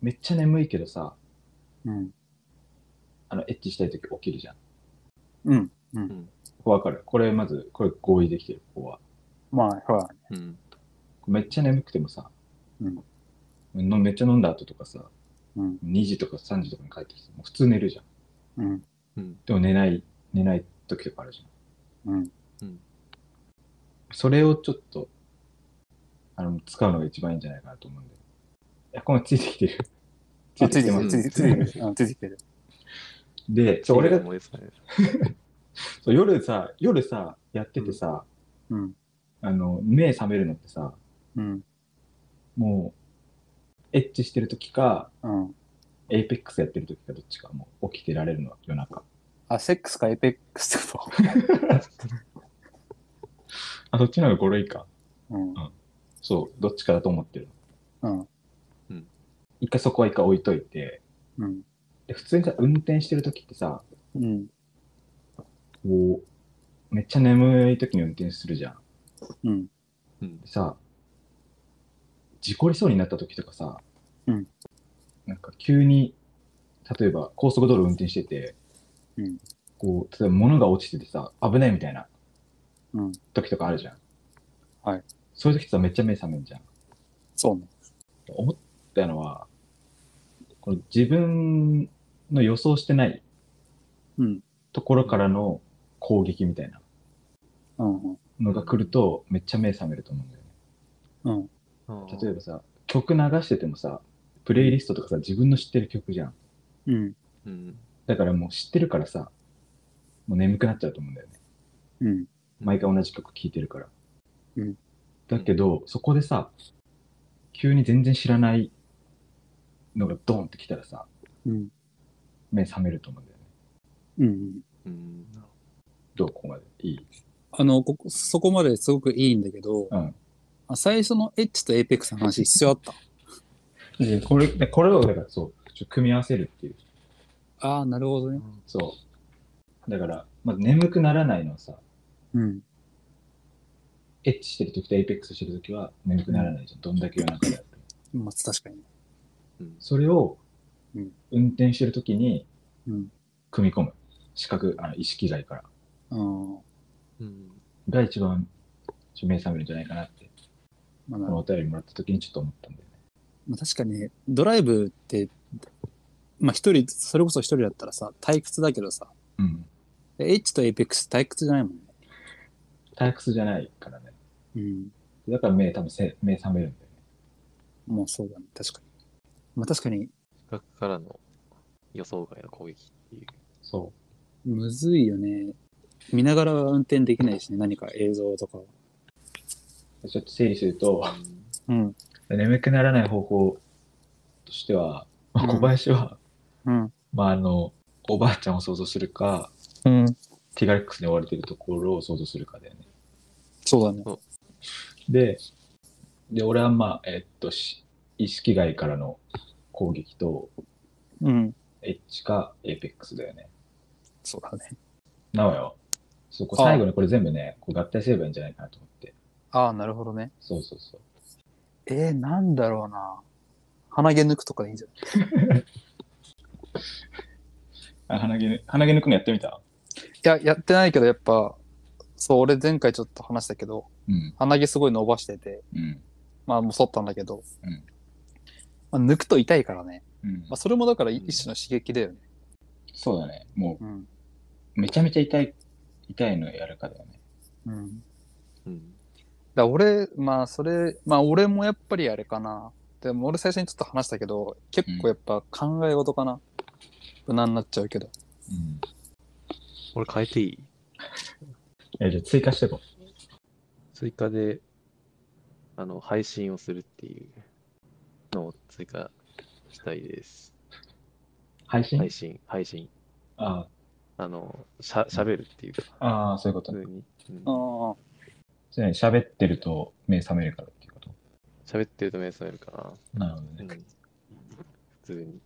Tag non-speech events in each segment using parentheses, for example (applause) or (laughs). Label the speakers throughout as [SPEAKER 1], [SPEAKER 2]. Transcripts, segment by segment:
[SPEAKER 1] めっちゃ眠いけどさ、
[SPEAKER 2] うん。
[SPEAKER 1] あの、エッチしたいとき起きるじゃん。
[SPEAKER 2] うん。
[SPEAKER 1] わかる。これまず、これ合意できてる、ここは。
[SPEAKER 2] まあ、ほら。
[SPEAKER 3] うん。
[SPEAKER 1] めっちゃ眠くてもさ、
[SPEAKER 2] うん
[SPEAKER 1] のめっちゃ飲んだ後とかさ、
[SPEAKER 2] うん。
[SPEAKER 1] 2時とか3時とかに帰ってきて、もう普通寝るじゃん。
[SPEAKER 2] うん。
[SPEAKER 3] うん。
[SPEAKER 1] でも寝ない、寝ない時とかあるじゃん。
[SPEAKER 2] うん。
[SPEAKER 1] それをちょっと、あの、使うのが一番いいんじゃないかなと思うんで。エアコンついてきてる。
[SPEAKER 2] あついてきて
[SPEAKER 1] ま
[SPEAKER 2] ますす。ついてついてきてる。うんついてきてる。
[SPEAKER 1] で、そう俺が
[SPEAKER 3] 思い出せないです
[SPEAKER 1] そう夜さ、夜さ、やっててさ、
[SPEAKER 2] うん。
[SPEAKER 1] あの、目覚めるのってさ、
[SPEAKER 2] うん。
[SPEAKER 1] もう、エッチしてる時か、
[SPEAKER 2] うん。
[SPEAKER 1] エイペックスやってる時かどっちか、もう起きてられるのは夜中。
[SPEAKER 2] あ、セックスかエイペックスってこ
[SPEAKER 1] あ、そっちの方が5類か。
[SPEAKER 2] と。うん。
[SPEAKER 1] そう、どっちかだと思ってるの。
[SPEAKER 2] うん。
[SPEAKER 1] 一回そこは一回置いといて、
[SPEAKER 2] うん。
[SPEAKER 1] で、普通にさ、運転してる時ってさ、
[SPEAKER 2] うん。
[SPEAKER 1] こう、めっちゃ眠い時に運転するじゃん。
[SPEAKER 2] うん。
[SPEAKER 3] うん。
[SPEAKER 1] でさ、事故りそうになった時とかさ、
[SPEAKER 2] うん
[SPEAKER 1] なんか急に、例えば高速道路運転してて、
[SPEAKER 2] うん
[SPEAKER 1] こう、例えば物が落ちててさ、危ないみたいな
[SPEAKER 2] うん。
[SPEAKER 1] 時とかあるじゃん。
[SPEAKER 2] はい。
[SPEAKER 1] そういう時ってさ、めっちゃ目覚めんじゃん。
[SPEAKER 2] そうね。
[SPEAKER 1] 思ったのは、この自分の予想してない
[SPEAKER 2] うん。
[SPEAKER 1] ところからの攻撃みたいな
[SPEAKER 2] うん。うん
[SPEAKER 1] のが来ると、めっちゃ目覚めると思うんだよね。
[SPEAKER 2] うん。
[SPEAKER 1] 例えばさ、曲流しててもさ、プレイリストとかさ、自分の知ってる曲じゃん。
[SPEAKER 2] うん。
[SPEAKER 3] うん。
[SPEAKER 1] だからもう知ってるからさ、もう眠くなっちゃうと思うんだよね。
[SPEAKER 2] うん。
[SPEAKER 1] 毎回同じ曲聴いてるから。
[SPEAKER 2] うん
[SPEAKER 1] だけど、そこでさ、急に全然知らないのがドーンってきたらさ、
[SPEAKER 2] うん。
[SPEAKER 1] 目覚めると思うんだよね。
[SPEAKER 2] うん。
[SPEAKER 3] うん。なる
[SPEAKER 1] どうここまでいい
[SPEAKER 2] あの、ここ、そこまですごくいいんだけど、
[SPEAKER 1] うん
[SPEAKER 2] あ最初のエッチとエイペックスの話必要あった。
[SPEAKER 1] (laughs) いやこれ、でこれをだからそう、ちょっと組み合わせるっていう。
[SPEAKER 2] ああ、なるほど
[SPEAKER 3] ほ
[SPEAKER 2] ね。
[SPEAKER 3] ど
[SPEAKER 1] そう。だから、まず眠くならないのはさ、
[SPEAKER 2] うん。
[SPEAKER 1] エッチしてる時とエイペックスしてる時は眠くならないじゃん。どんだけ夜中であっても。
[SPEAKER 2] まあ、確かに。
[SPEAKER 3] うん。
[SPEAKER 1] それを
[SPEAKER 2] うん
[SPEAKER 1] 運転してる時に
[SPEAKER 2] うん。
[SPEAKER 1] 組み込む。視覚、あの意識外から。
[SPEAKER 2] うん。
[SPEAKER 3] うん。
[SPEAKER 1] が一番目覚めるんじゃないかなって、
[SPEAKER 2] まあ、
[SPEAKER 1] このお便りもらった時にちょっと思ったんだよね。
[SPEAKER 2] まあ、確かに、ドライブって、まあ、一人、それこそ一人だったらさ、退屈だけどさ、
[SPEAKER 1] うん。
[SPEAKER 2] エッチとエイペックス退屈じゃないもんね。
[SPEAKER 1] 退屈じゃないからね。
[SPEAKER 2] うん。
[SPEAKER 1] だから目、多分せ目覚めるんだよね。
[SPEAKER 2] もうそうだね。確かに。まあ、確かに、
[SPEAKER 3] 視覚からの予想外の攻撃っていう。
[SPEAKER 1] そ
[SPEAKER 2] むずいよね。見ながらは運転できないしね、何か映像とかは。
[SPEAKER 1] う。ちょっと整理すると、
[SPEAKER 2] うん。
[SPEAKER 1] 眠くならない方法としては、まあ
[SPEAKER 2] うん
[SPEAKER 1] 小林は、
[SPEAKER 2] うん。
[SPEAKER 1] まあ、あの、おばあちゃんを想像するか、
[SPEAKER 2] うん。
[SPEAKER 1] ティガレックスに追われてるところを想像するかだよね。
[SPEAKER 2] そうだね。
[SPEAKER 1] で、で、俺はまあ、えっと、し意識外からの攻撃と、
[SPEAKER 2] うん。
[SPEAKER 1] エッジかエイペックスだよね。
[SPEAKER 2] そうだね。
[SPEAKER 1] なおよ。そう、こう最後にこれ全部ね、こう合体すればいいんじゃないかなと思って。
[SPEAKER 2] ああ、なるほどね。
[SPEAKER 1] そうそうそう。
[SPEAKER 2] えー、なんだろうな。鼻毛抜くとかでいいんじゃない
[SPEAKER 1] あ、鼻毛ね、鼻毛抜くのやってみた
[SPEAKER 2] いや、やってないけど、やっぱ、そう、俺前回ちょっと話したけど、
[SPEAKER 1] うん。
[SPEAKER 2] 鼻毛すごい伸ばしてて、
[SPEAKER 1] うん。
[SPEAKER 2] まあ、もう剃ったんだけど、
[SPEAKER 1] うん
[SPEAKER 2] まあ、抜くと痛いからね。
[SPEAKER 1] うん
[SPEAKER 2] まあ、それもだから
[SPEAKER 3] うん
[SPEAKER 2] 一種の刺激だよね。
[SPEAKER 1] そうだね。も
[SPEAKER 2] うん。
[SPEAKER 1] う、めちゃめちゃ痛い、痛いのやるかだよね。
[SPEAKER 2] うん。だか
[SPEAKER 3] うん。
[SPEAKER 2] ら俺、まあ、それ、まあ、俺もやっぱりあれかな。でも、俺最初にちょっと話したけど、結構やっぱ考え事かな。無難になっちゃうけど。
[SPEAKER 1] うん。
[SPEAKER 3] 俺変えていい
[SPEAKER 1] え、じゃあ追加していこ
[SPEAKER 3] 追加で、あの、配信をするっていうのを追加したいです。
[SPEAKER 1] う。配信、
[SPEAKER 3] 配信、配信。
[SPEAKER 1] あ
[SPEAKER 3] あの、しゃ、喋るっていうか、
[SPEAKER 1] あ、ああ、そういうこと
[SPEAKER 3] 普
[SPEAKER 1] ね。
[SPEAKER 3] 通に。うん
[SPEAKER 2] ああ。
[SPEAKER 1] じゃあ喋ってると目覚めるからっていうこと。
[SPEAKER 3] 喋ってると目覚めるか
[SPEAKER 1] なるほど
[SPEAKER 3] な。う
[SPEAKER 1] ね
[SPEAKER 3] ん。。普通に。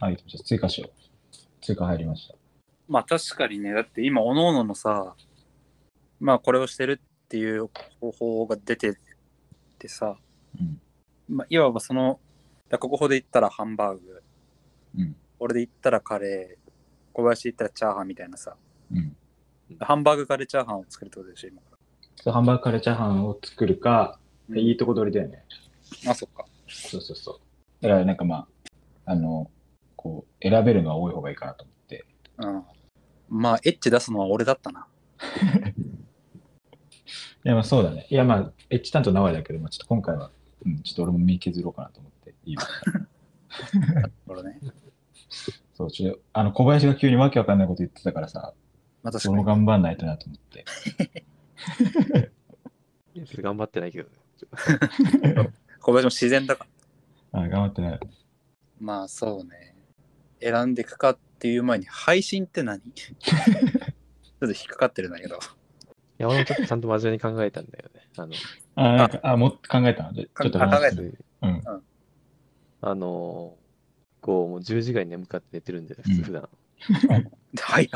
[SPEAKER 1] はい、じゃあ追加しよう。追加入りました。
[SPEAKER 2] まあ、確かにね、だって今、おのおののさ、まあ、これをしてるっていう方法が出ててさ、
[SPEAKER 1] うん。
[SPEAKER 2] まあ、いわばそのだここで言ったらハンバーグ、
[SPEAKER 1] うん。
[SPEAKER 2] 俺で言ったらカレー、小林で言ったらチャーハンみたいなさ、
[SPEAKER 1] うん。
[SPEAKER 2] ハンバーグカレーチャーハンを作るってことでしょ、今か
[SPEAKER 1] そうハンバーグカレーチャーハンを作るか、
[SPEAKER 2] ら。
[SPEAKER 1] いいとこ取りだよね。
[SPEAKER 2] あ、そっか。
[SPEAKER 1] そうそうそう。だからなんかまあ、あの、こう、選べるのは多い方がいいかなと思って。
[SPEAKER 2] うん。まあ、エッチ出すのは俺だったな。
[SPEAKER 1] いやまあそうだね。いやまあ、エッチ担当名古屋だけど、まあ、ちょっと今回は、うん、ちょっと俺も身削ろうかなと思って。いいよ
[SPEAKER 2] 俺ね。
[SPEAKER 1] (laughs) そう、ちょっと、あの、小林が急にわけわかんないこと言ってたからさ、
[SPEAKER 2] まあ、確か
[SPEAKER 1] 俺も
[SPEAKER 2] に。
[SPEAKER 1] 頑張んないとなと思って。
[SPEAKER 3] いやそれ頑張ってないけどね。
[SPEAKER 2] 小林も自然だから。
[SPEAKER 1] あ頑張ってない。
[SPEAKER 2] まあ、そうね。選んでいくかっていう前に、配信って何ちょっと引っかかってるんだけど。
[SPEAKER 3] いや、俺もちょっとちゃんと真面目に考えたんだよね。あの、
[SPEAKER 1] あ、なんか、あ、もう考えたのじゃちょっと
[SPEAKER 2] あ考
[SPEAKER 1] 話
[SPEAKER 2] え
[SPEAKER 1] す
[SPEAKER 2] た
[SPEAKER 1] る。うん。
[SPEAKER 3] あのーこう、もう10時ぐらいに眠かって寝てるんだよ、普
[SPEAKER 1] うん
[SPEAKER 3] 通普段。
[SPEAKER 2] 早っ。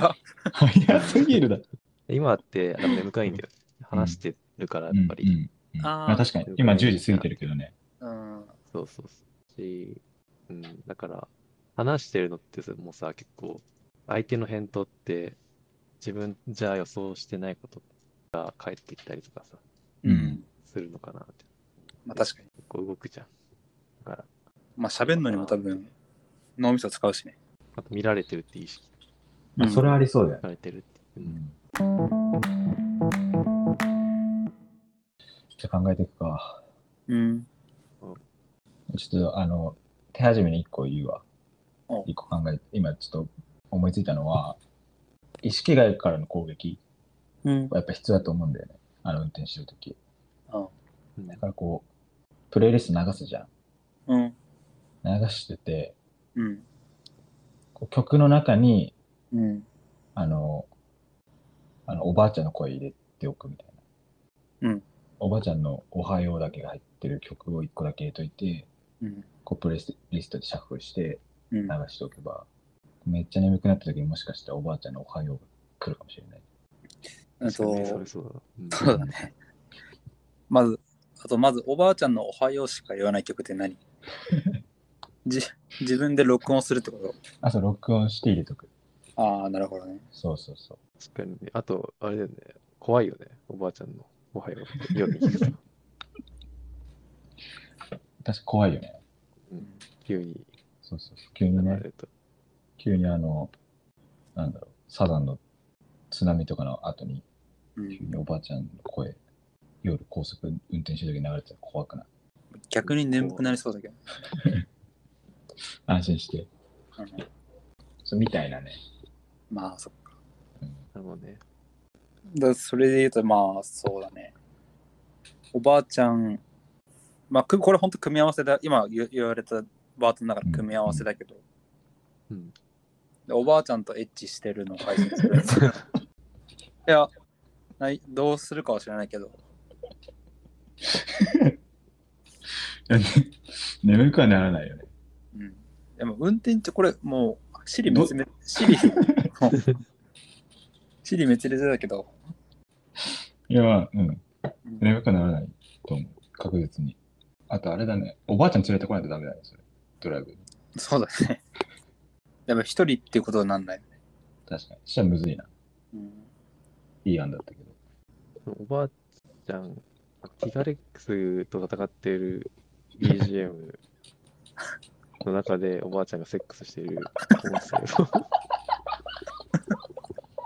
[SPEAKER 1] 早すぎるだろ。
[SPEAKER 3] 今って、でも眠かいんだよ。話してるから、やっぱり。
[SPEAKER 1] うんうんうん
[SPEAKER 2] あー
[SPEAKER 1] まあ、確かに、今10時過ぎてるけどね。
[SPEAKER 2] うん。
[SPEAKER 3] そうそうそう。し、うん、だから、話してるのってさもうさ、結構、相手の返答って、自分じゃ予想してないことが返ってきたりとかさ、
[SPEAKER 2] うん。
[SPEAKER 3] するのかなって。
[SPEAKER 2] まあ、確かに。
[SPEAKER 3] 結構動くじゃん。だから、
[SPEAKER 2] まあ、喋んのにも多分、脳みそ使うしね。
[SPEAKER 3] あと見られてるって意識
[SPEAKER 1] まあ、それはありそうだよ
[SPEAKER 3] 見。られてるって。う
[SPEAKER 1] うんんじゃあ考えていくか。
[SPEAKER 2] うん。
[SPEAKER 1] ちょっと、あの、手始めに1個言うわ
[SPEAKER 2] お。
[SPEAKER 1] 1個考えて、今ちょっと思いついたのは、意識外からの攻撃
[SPEAKER 2] うん。
[SPEAKER 1] はやっぱ必要だと思うんだよね。あの、運転してるとき。
[SPEAKER 3] うん
[SPEAKER 1] だからこう、プレイリスト流すじゃ
[SPEAKER 2] うん。
[SPEAKER 1] ん。流してて、
[SPEAKER 2] うん。
[SPEAKER 1] こう曲の中に、
[SPEAKER 2] うん。
[SPEAKER 1] あの、あの、おばあちゃんの声入れておくみたいな。
[SPEAKER 2] うん。
[SPEAKER 1] おばあちゃんのおはようだけが入ってる曲を1個だけ入れといて、
[SPEAKER 2] うん。
[SPEAKER 1] こう、プレイリストでシャッフルして、
[SPEAKER 2] うん
[SPEAKER 1] 流。しておけば、めっちゃ眠くなった時にもしかしたらおばあちゃんのおはようが来るかもしれない。
[SPEAKER 2] あ
[SPEAKER 3] 確かにねそ
[SPEAKER 2] と
[SPEAKER 3] れ、そうだな。
[SPEAKER 2] そうだね。まず、あと、まず、おばあちゃんのおはようしか言わない曲って
[SPEAKER 3] (laughs)
[SPEAKER 2] 何じ自分で録音するってこ
[SPEAKER 1] (laughs) あ、そう、録音して入れとく。
[SPEAKER 2] とああ、なるほどね。
[SPEAKER 1] そうそうそう。
[SPEAKER 3] 確かにね。あと、あれだよね。怖いよね。おばあちゃんの。おはようって。夜に聞くと
[SPEAKER 1] 確か怖いよね。
[SPEAKER 3] 急に
[SPEAKER 1] そうそうそう。急に
[SPEAKER 3] 流れ
[SPEAKER 1] ね、
[SPEAKER 3] ると。
[SPEAKER 1] 急にあの、なんだろう、サザンの津波とかの後に、
[SPEAKER 2] う
[SPEAKER 1] 急
[SPEAKER 2] ん、
[SPEAKER 1] におばあちゃんの声、夜高速運転してる時に流れてたら怖くない。
[SPEAKER 2] 逆に眠くなりそうだけど。
[SPEAKER 1] 安心して。
[SPEAKER 2] うん
[SPEAKER 1] そうみたいなね。
[SPEAKER 2] まあ、そっか。
[SPEAKER 1] うん
[SPEAKER 3] なるほどね。
[SPEAKER 2] だそれで言うと、まあ、そうだね。おばあちゃん、まあ、くこれ本当組み合わせだ。今言言われたバートの中の組み合わせだけど、
[SPEAKER 3] うん。
[SPEAKER 2] でおばあちゃんとエッチしてるのを配信する。い
[SPEAKER 3] (laughs)
[SPEAKER 2] やない、どうするかは知らないけど、
[SPEAKER 1] (laughs) 眠くはならないよね。
[SPEAKER 2] うん。でも運転ってこれもう、シリ滅裂、シリ、もうシリ滅裂だけど、
[SPEAKER 1] いや、まあうん。
[SPEAKER 2] うん
[SPEAKER 1] 眠くはならないと思う。確実に。あとあれだね。おばあちゃん連れてこないとダメだね、それ。ドライブ。
[SPEAKER 2] そうだね。でも一人っていうことになんない。
[SPEAKER 1] 確かに。したらむずいな。
[SPEAKER 2] うん。
[SPEAKER 1] いい案だったけど。
[SPEAKER 3] おばあちゃん、ティガレックスと戦ってい
[SPEAKER 2] (laughs)
[SPEAKER 3] る BGM の中でおばあちゃんがセックスしている音声 (laughs)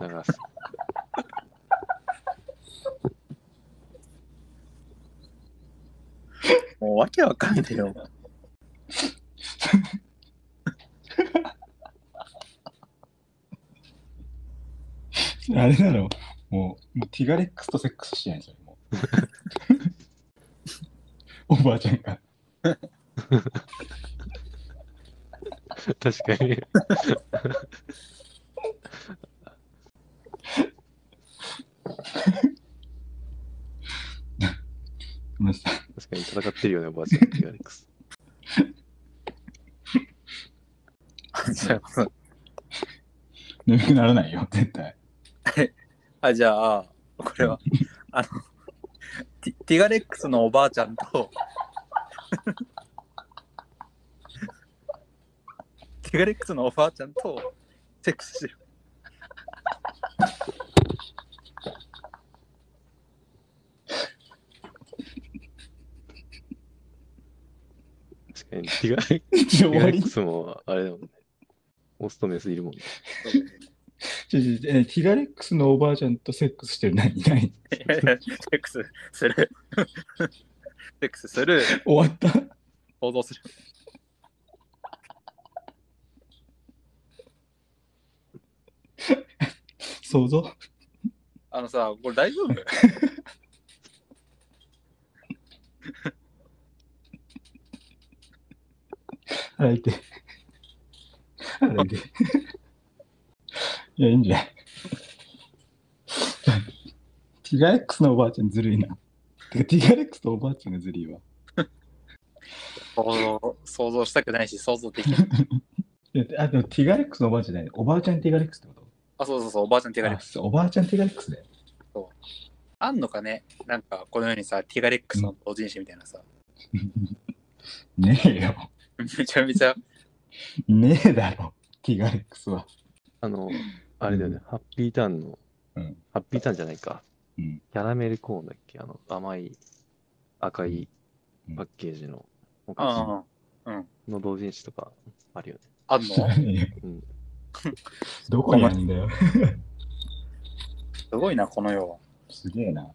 [SPEAKER 3] を流す。
[SPEAKER 2] もうわけわかんねえよ。
[SPEAKER 1] あれだろう。もう、もうティガレックスとセックスしてない、それもう。 (laughs) おばあちゃんが。
[SPEAKER 3] 確かに。
[SPEAKER 1] ごめんなさい
[SPEAKER 3] 確かに戦ってるよね、おばあちゃん、ティガレックス。
[SPEAKER 2] (laughs) じゃあ、
[SPEAKER 1] 眠くならないよ、絶対。
[SPEAKER 2] あじゃあこれは、あの、ティティガレックスのおばあちゃんと、テガレックスのおばあちゃんとセックスしてる。
[SPEAKER 3] 確かに、ティガレ
[SPEAKER 1] 終
[SPEAKER 3] ティガ
[SPEAKER 1] わ
[SPEAKER 3] レ
[SPEAKER 1] り
[SPEAKER 3] ックスもあれだもんね。オスとメスいるもんね。
[SPEAKER 1] ちょちょちょえティガレックスのおばあちゃんとセックスしてる何何
[SPEAKER 2] セックスする。セックスする。
[SPEAKER 1] 終わった
[SPEAKER 2] 報道する。
[SPEAKER 1] 想像
[SPEAKER 2] あのさ、これ大丈夫
[SPEAKER 1] 洗いて洗いていやいいんじゃないティガレックスのおばあちゃんずるいなてかティガレックスとおばあちゃんがずるいわ
[SPEAKER 2] 報道想像したくないし、想像できない。
[SPEAKER 1] いやあでもティガレックスのおばあちゃんじゃないおばあちゃんティガレックスってこと
[SPEAKER 2] あ、そうそうそう、おばあちゃんティガレックス。
[SPEAKER 1] あそうおばあちゃんティガレックスだよ
[SPEAKER 2] あんのかねなんか、このようにさ、ティガレックスの同人誌みたいなさ、
[SPEAKER 1] ねえよ
[SPEAKER 2] めちゃめちゃ、
[SPEAKER 1] ねえだろティガレックスは
[SPEAKER 3] あの、あれだよね、ハッピーターンの、
[SPEAKER 1] うん
[SPEAKER 3] ハッピーターンじゃないか。
[SPEAKER 1] うん
[SPEAKER 3] キャラメルコーンだっけあの、甘い赤い
[SPEAKER 1] うん
[SPEAKER 3] パッケージのお菓子
[SPEAKER 2] あ
[SPEAKER 3] の同人誌とかあるよね。
[SPEAKER 2] あ、あんの
[SPEAKER 1] 知らねえよ
[SPEAKER 3] うん
[SPEAKER 1] どこにあるんだよ
[SPEAKER 2] すごいな、この世。
[SPEAKER 1] すげえな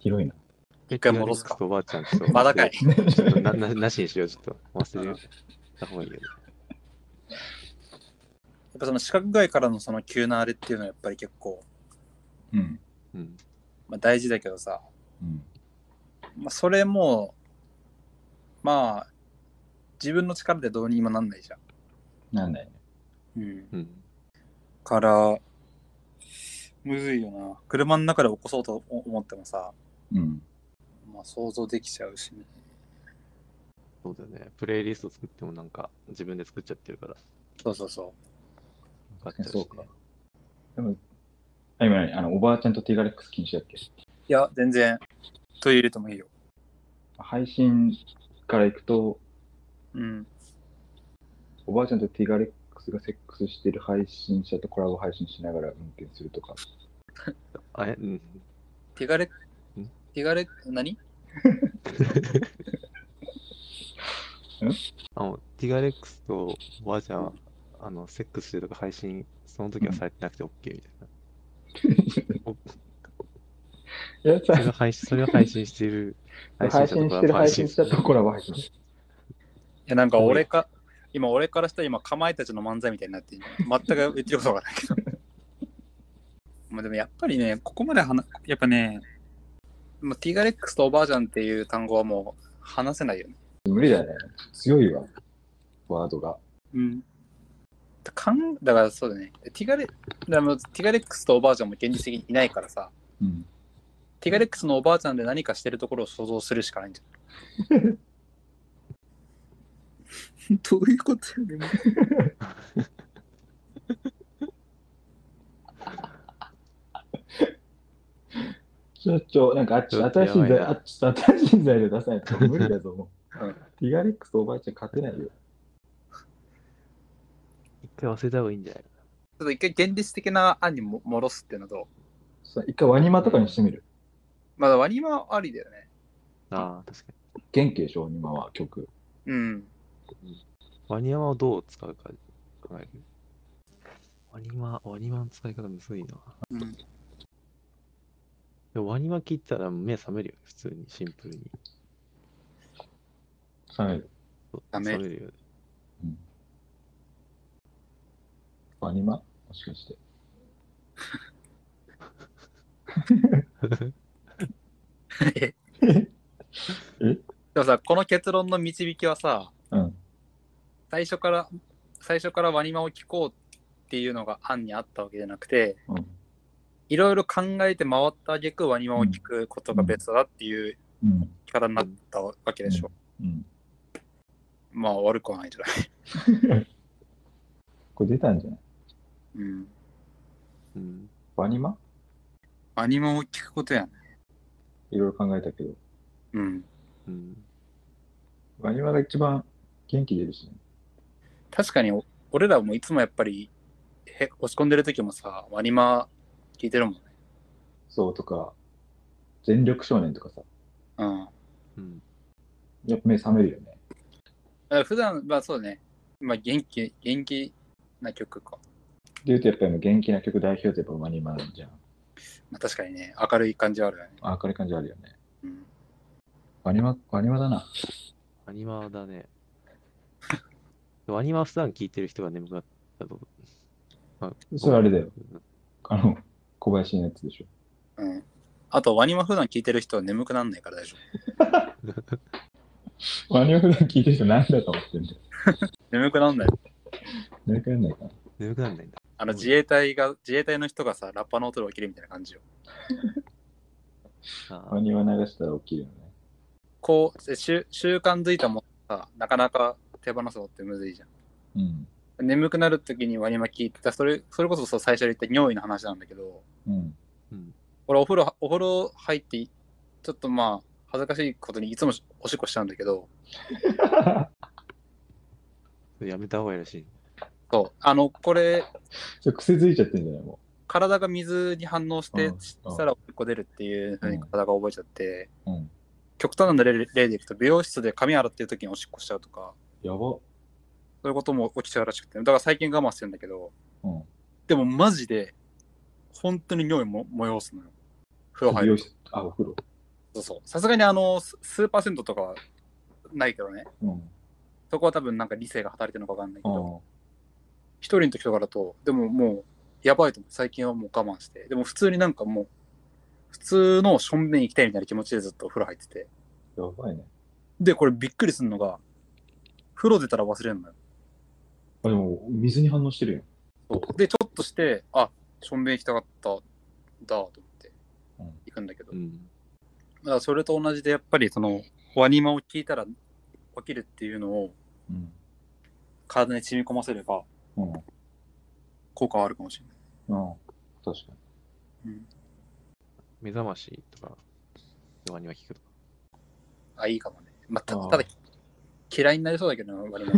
[SPEAKER 1] 広いな
[SPEAKER 2] 一回戻すか
[SPEAKER 3] ちょっとおばあちゃんと。
[SPEAKER 2] まだかい。
[SPEAKER 3] ちょっと
[SPEAKER 1] (laughs)
[SPEAKER 3] なななしにしよう、ちょっと忘れた方がいいよね。
[SPEAKER 2] やっぱその視覚外からのその急なあれっていうのはやっぱり結構、
[SPEAKER 1] うん
[SPEAKER 3] うん。
[SPEAKER 2] まあ、大事だけどさ、
[SPEAKER 1] うん
[SPEAKER 2] まあ、それもまあ自分の力でどうにもなんないじゃ
[SPEAKER 1] なんだよね
[SPEAKER 2] ん。うん、
[SPEAKER 3] うん。
[SPEAKER 2] からむずいよな車の中で起こそうと思ってもさ、
[SPEAKER 1] うん
[SPEAKER 2] まあ、想像できちゃうし、ね、
[SPEAKER 3] そうだよね。プレイリスト作ってもなんか自分で作っちゃってるから、
[SPEAKER 2] そうそうそ
[SPEAKER 3] 分かっちゃうし、
[SPEAKER 1] そうか。でも、あ今何あの、おばあちゃんとティガレックス禁止だっけ
[SPEAKER 2] ういや全然トイレでもいいよ
[SPEAKER 1] 配信から行くと、
[SPEAKER 2] うん
[SPEAKER 1] おばあちゃんとティガレックスがセックスしてる配信者とコラボ配信しながら運転するとか。
[SPEAKER 3] あれ、うん。
[SPEAKER 2] 手がれ
[SPEAKER 3] ん
[SPEAKER 2] 手がれ何
[SPEAKER 3] あの、ティガレックスとおばあちゃん、あの、セックスしてるとか配信、その時はされてなくて OK みたいな。
[SPEAKER 1] いや、
[SPEAKER 3] それを配信、それを配信してる配信
[SPEAKER 1] 配
[SPEAKER 3] 者と
[SPEAKER 1] 信
[SPEAKER 3] か
[SPEAKER 1] し
[SPEAKER 3] は
[SPEAKER 1] てる配
[SPEAKER 3] 信
[SPEAKER 1] 信者とコラボ配信。
[SPEAKER 2] いやなんか俺か今俺からしたら今かまいたちの漫才みたいになってる全く言ってることがないけど (laughs) まあでもやっぱりねここまで話やっぱねもうティガレックスとおばあちゃんっていう単語はもう話せないよね
[SPEAKER 1] 無理だよね。強いわ。ワードが。
[SPEAKER 2] うんかんだからそうだねティガレだからもうティガレックスとおばあちゃんも現実的にいないからさ
[SPEAKER 1] うん。
[SPEAKER 2] ティガレックスのおばあちゃんで何かしてるところを想像するしかないんじゃんどういうことよね
[SPEAKER 1] ちょ、ちょ、なんかあっち、
[SPEAKER 3] ちょっと
[SPEAKER 1] 新しい材
[SPEAKER 3] やばい
[SPEAKER 1] 料、
[SPEAKER 3] な
[SPEAKER 1] あっち、新しい材料出さないと無理だぞ、もう。う
[SPEAKER 2] う
[SPEAKER 1] ん
[SPEAKER 2] ん、
[SPEAKER 1] ティガレックスとおばあちゃん勝てないよ。
[SPEAKER 3] 一回忘れた方がいいんじゃない
[SPEAKER 2] ちょっと一回現実的な案にも戻すっていうのと、
[SPEAKER 1] そう一回ワニマとかにしてみる。
[SPEAKER 2] まだ割りはありだよね。
[SPEAKER 3] ああ、確か
[SPEAKER 1] 元気でしょ、ワニマは曲。
[SPEAKER 2] うん。
[SPEAKER 3] に。ワニヤマをどう使うか考える。ワニマ、ワニマの使い方むずいな。
[SPEAKER 2] うん、
[SPEAKER 3] でもワニマ切ったら目覚めるよね、普通に、シンプルに。
[SPEAKER 1] はい。
[SPEAKER 2] ダメ
[SPEAKER 3] (laughs) 覚めるよね。
[SPEAKER 1] うんアニマもしかして。
[SPEAKER 2] でもさ、この結論の導きはさ、
[SPEAKER 1] うん。
[SPEAKER 2] 最初から、最初から割り間を聞こうっていうのが案にあったわけじゃなくて、
[SPEAKER 1] うん。
[SPEAKER 2] いろいろ考えて回った挙句割り間を聞くことがベストだっていう
[SPEAKER 1] うん。
[SPEAKER 2] 生き方になったわけでしょ。
[SPEAKER 1] うん。
[SPEAKER 2] まあ悪くはないじゃない。
[SPEAKER 1] これ出たんじゃない
[SPEAKER 2] うん。
[SPEAKER 3] うん。
[SPEAKER 1] アニマ
[SPEAKER 2] 割り間を聞くことやね。
[SPEAKER 1] いろいろ考えたけど、
[SPEAKER 2] うん。
[SPEAKER 3] うん。
[SPEAKER 1] アニマが一番元気出るしね。
[SPEAKER 2] 確かにお俺らもいつもやっぱり、へ落ち込んでる時もさ、ワニマ聞いてるもんね。
[SPEAKER 1] そうとか、全力少年とかさ、
[SPEAKER 2] うん。
[SPEAKER 3] うん。
[SPEAKER 1] やっぱ目覚めるよね。
[SPEAKER 2] だから普段まあそうだね。まあ元気、元気な曲か。
[SPEAKER 1] で言うとやっぱり元気な曲代表ってやっぱマニマンじゃん。
[SPEAKER 2] まあ確かにね、明るい感じはあるよね。
[SPEAKER 1] あ明るい感じあるよね。
[SPEAKER 2] うん。
[SPEAKER 1] ワニマ、ワニマだな。
[SPEAKER 3] アニマだね。アニマ普段聴いてる人が眠くなったと。あ
[SPEAKER 1] それあれだよ。あの、小林のやつでしょ。
[SPEAKER 2] うん。あと、ワニマ普段聞いてる人は眠くなんないから大丈夫。
[SPEAKER 1] ワニマ普段聞いてる人何だと思ってんだよ。
[SPEAKER 2] 眠くなんない。
[SPEAKER 1] 何回やんないかな。
[SPEAKER 3] 眠くなんないんだ。
[SPEAKER 2] あの自衛隊が、自衛隊の人がさ、ラッパの音で起きるみたいな感じよ。
[SPEAKER 3] あ
[SPEAKER 1] ワニマ流したら起きるよね。
[SPEAKER 2] こう、習習慣づいたものさ、なかなか手放すのってむずいじゃん。
[SPEAKER 1] うん。
[SPEAKER 2] 眠くなるときにワニマ聞いてた、それ、それこそさ最初に言った尿意の話なんだけど、
[SPEAKER 1] うん。
[SPEAKER 3] うん。
[SPEAKER 2] 俺お風呂、お風呂入って、ちょっとまあ、恥ずかしいことにいつもおしっこしちゃうんだけど、
[SPEAKER 3] それやめた方がいいらしい。
[SPEAKER 2] そう、あの、これ、
[SPEAKER 1] それ癖づいちゃってんじゃないも
[SPEAKER 2] 体が水に反応して、
[SPEAKER 1] うん
[SPEAKER 2] したらおしっこ出るっていうふうに体が覚えちゃって、
[SPEAKER 1] う。うん。
[SPEAKER 2] 極端な例例でいくと、美容室で髪洗ってるときにおしっこしちゃうとか、
[SPEAKER 1] やば。
[SPEAKER 2] そういうことも起きちゃうらしくて、だから最近我慢してるんだけど、
[SPEAKER 1] うん。
[SPEAKER 2] でもマジで、本当に匂いも催すのよ。風呂入
[SPEAKER 1] 美容
[SPEAKER 2] る。
[SPEAKER 1] 室あ、お風呂。
[SPEAKER 2] そうそう。さすがにあの、ス数パーセントとかはないけどね。
[SPEAKER 1] うん。
[SPEAKER 2] そこは多分なんか理性が働いてるのかわかんないけど、
[SPEAKER 1] あ
[SPEAKER 2] 一人の時とかだと、でももう、やばいと思う。最近はもう我慢して。でも普通になんかもう、普通のしょんべん行きたいみたいな気持ちでずっとお風呂入ってて。
[SPEAKER 1] あ。やばいね。
[SPEAKER 2] で、これびっくりするのが、風呂出たら忘れるのよ。
[SPEAKER 1] あ、でも、水に反応してるやん。
[SPEAKER 2] そうで、ちょっとして、あ、しょんべん行きたかった、だ、と思って
[SPEAKER 1] うん、
[SPEAKER 2] 行くんだけど
[SPEAKER 3] う。ん。
[SPEAKER 2] だからそれと同じでやっぱりそのワニマを聞いたら起きるっていうのを
[SPEAKER 1] うん。
[SPEAKER 2] 体に染み込ませれば
[SPEAKER 1] うん。
[SPEAKER 2] 効果はあるかもしれない。
[SPEAKER 1] うん。確かに。
[SPEAKER 2] うん、
[SPEAKER 3] 目覚ましとか、ワニマ聞くとか。
[SPEAKER 2] あいいかもね。まあ、た
[SPEAKER 1] あー
[SPEAKER 2] ただ嫌いになりそうだけどなワニマ。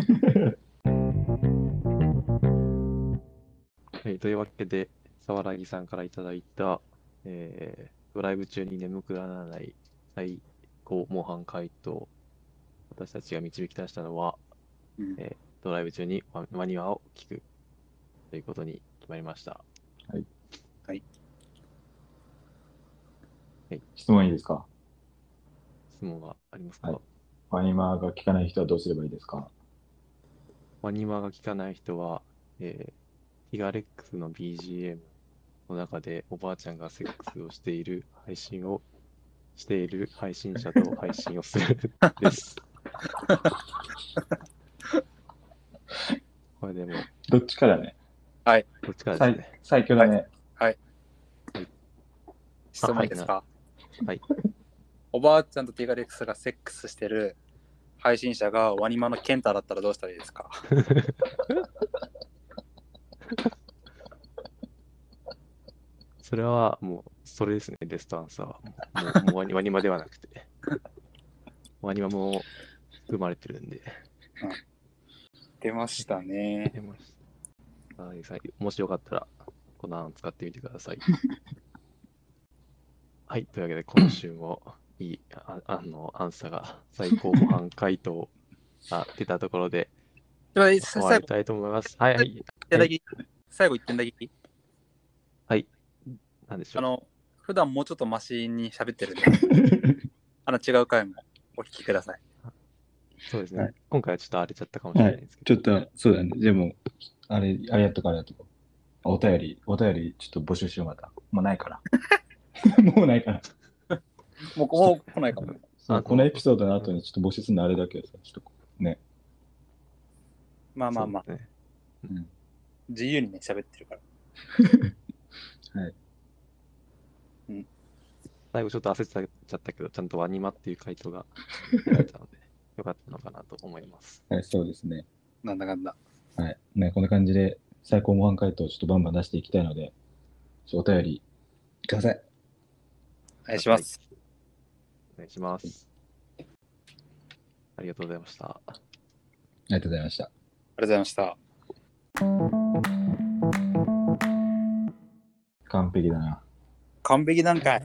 [SPEAKER 3] はい、というわけで、沢良木さんからいただいた、えードライブ中に眠くならない最高模範回答、私たちが導き出したのは、
[SPEAKER 2] うん
[SPEAKER 3] えドライブ中にママニュアを聞くということに決まりました。
[SPEAKER 1] 質問いいですか
[SPEAKER 3] 質問はありますか、
[SPEAKER 1] はいファニマーが聞かない人はどうすればいいですか
[SPEAKER 3] マニマが聞かない人は、えー、ティガレックスの BGM の中でおばあちゃんがセックスをしている配信をしている配信者と配信をするです。これでも、
[SPEAKER 1] どっちからね。
[SPEAKER 3] どっちからです
[SPEAKER 1] 最
[SPEAKER 3] ね。
[SPEAKER 1] 最強だ (laughs) ね。
[SPEAKER 2] 質問いいですか
[SPEAKER 3] はい。
[SPEAKER 2] (laughs) おばあちゃんとティガレックスがセックスしてる配信者がワニマのケンタだったらどうしたらいいですか
[SPEAKER 3] それはもう、それですね、ベストアンサーは。もうもうワニワニマではなくて。ワニマも含まれてるんで。
[SPEAKER 2] 出ましたね。
[SPEAKER 3] 出ました。はい、さもしよかったら、この案使ってみてください。 (laughs) はい、というわけで、今週もいいああのアンサーが最高模範回答が出たところ
[SPEAKER 2] (laughs)
[SPEAKER 3] で
[SPEAKER 2] では
[SPEAKER 3] 終
[SPEAKER 2] 最後
[SPEAKER 3] わりたいと思います。はい、はい、
[SPEAKER 2] 一点だけ最後一点だけいい
[SPEAKER 3] なんでしょ
[SPEAKER 2] あ
[SPEAKER 3] う。
[SPEAKER 2] の、普段もうちょっとマシに喋ってるんで、あの違う回もお聞きください。
[SPEAKER 3] そうですね、
[SPEAKER 1] はい
[SPEAKER 3] 今回はちょっと荒れちゃったかもしれないですけど、
[SPEAKER 1] ょっと、そうだね。でも、あれ、あれやっとかあれやっとこう。お便り、お便り、ちょっと募集しようまた。もうない (laughs) から。もうないから。
[SPEAKER 2] もうここ来ないかも。
[SPEAKER 1] そう
[SPEAKER 3] あ
[SPEAKER 1] このエピソードの後にちょっと募集するのあれだけどさ、ちょっと、
[SPEAKER 2] まあまあまあ、
[SPEAKER 3] そうですね
[SPEAKER 1] うん、
[SPEAKER 2] 自由にね、喋ってるから。
[SPEAKER 3] 最後ちょっと焦っちゃったけど、ちゃんとワニマっていう回答が出られた
[SPEAKER 2] (laughs)
[SPEAKER 3] ので、よかったのかなと思います。
[SPEAKER 1] はい、そうですね。
[SPEAKER 2] なんだかんだ。
[SPEAKER 1] はい。ね、こんな感じで、最高模範回答をちょっとバンバン出していきたいので、ちょっとお便り、ください。
[SPEAKER 2] お願いします。
[SPEAKER 3] お願いします。ありがとうございまし
[SPEAKER 1] あ
[SPEAKER 3] た。
[SPEAKER 1] りがとうございました。
[SPEAKER 2] ありがとうございました。
[SPEAKER 1] 完璧だな。
[SPEAKER 2] 完璧なんかい。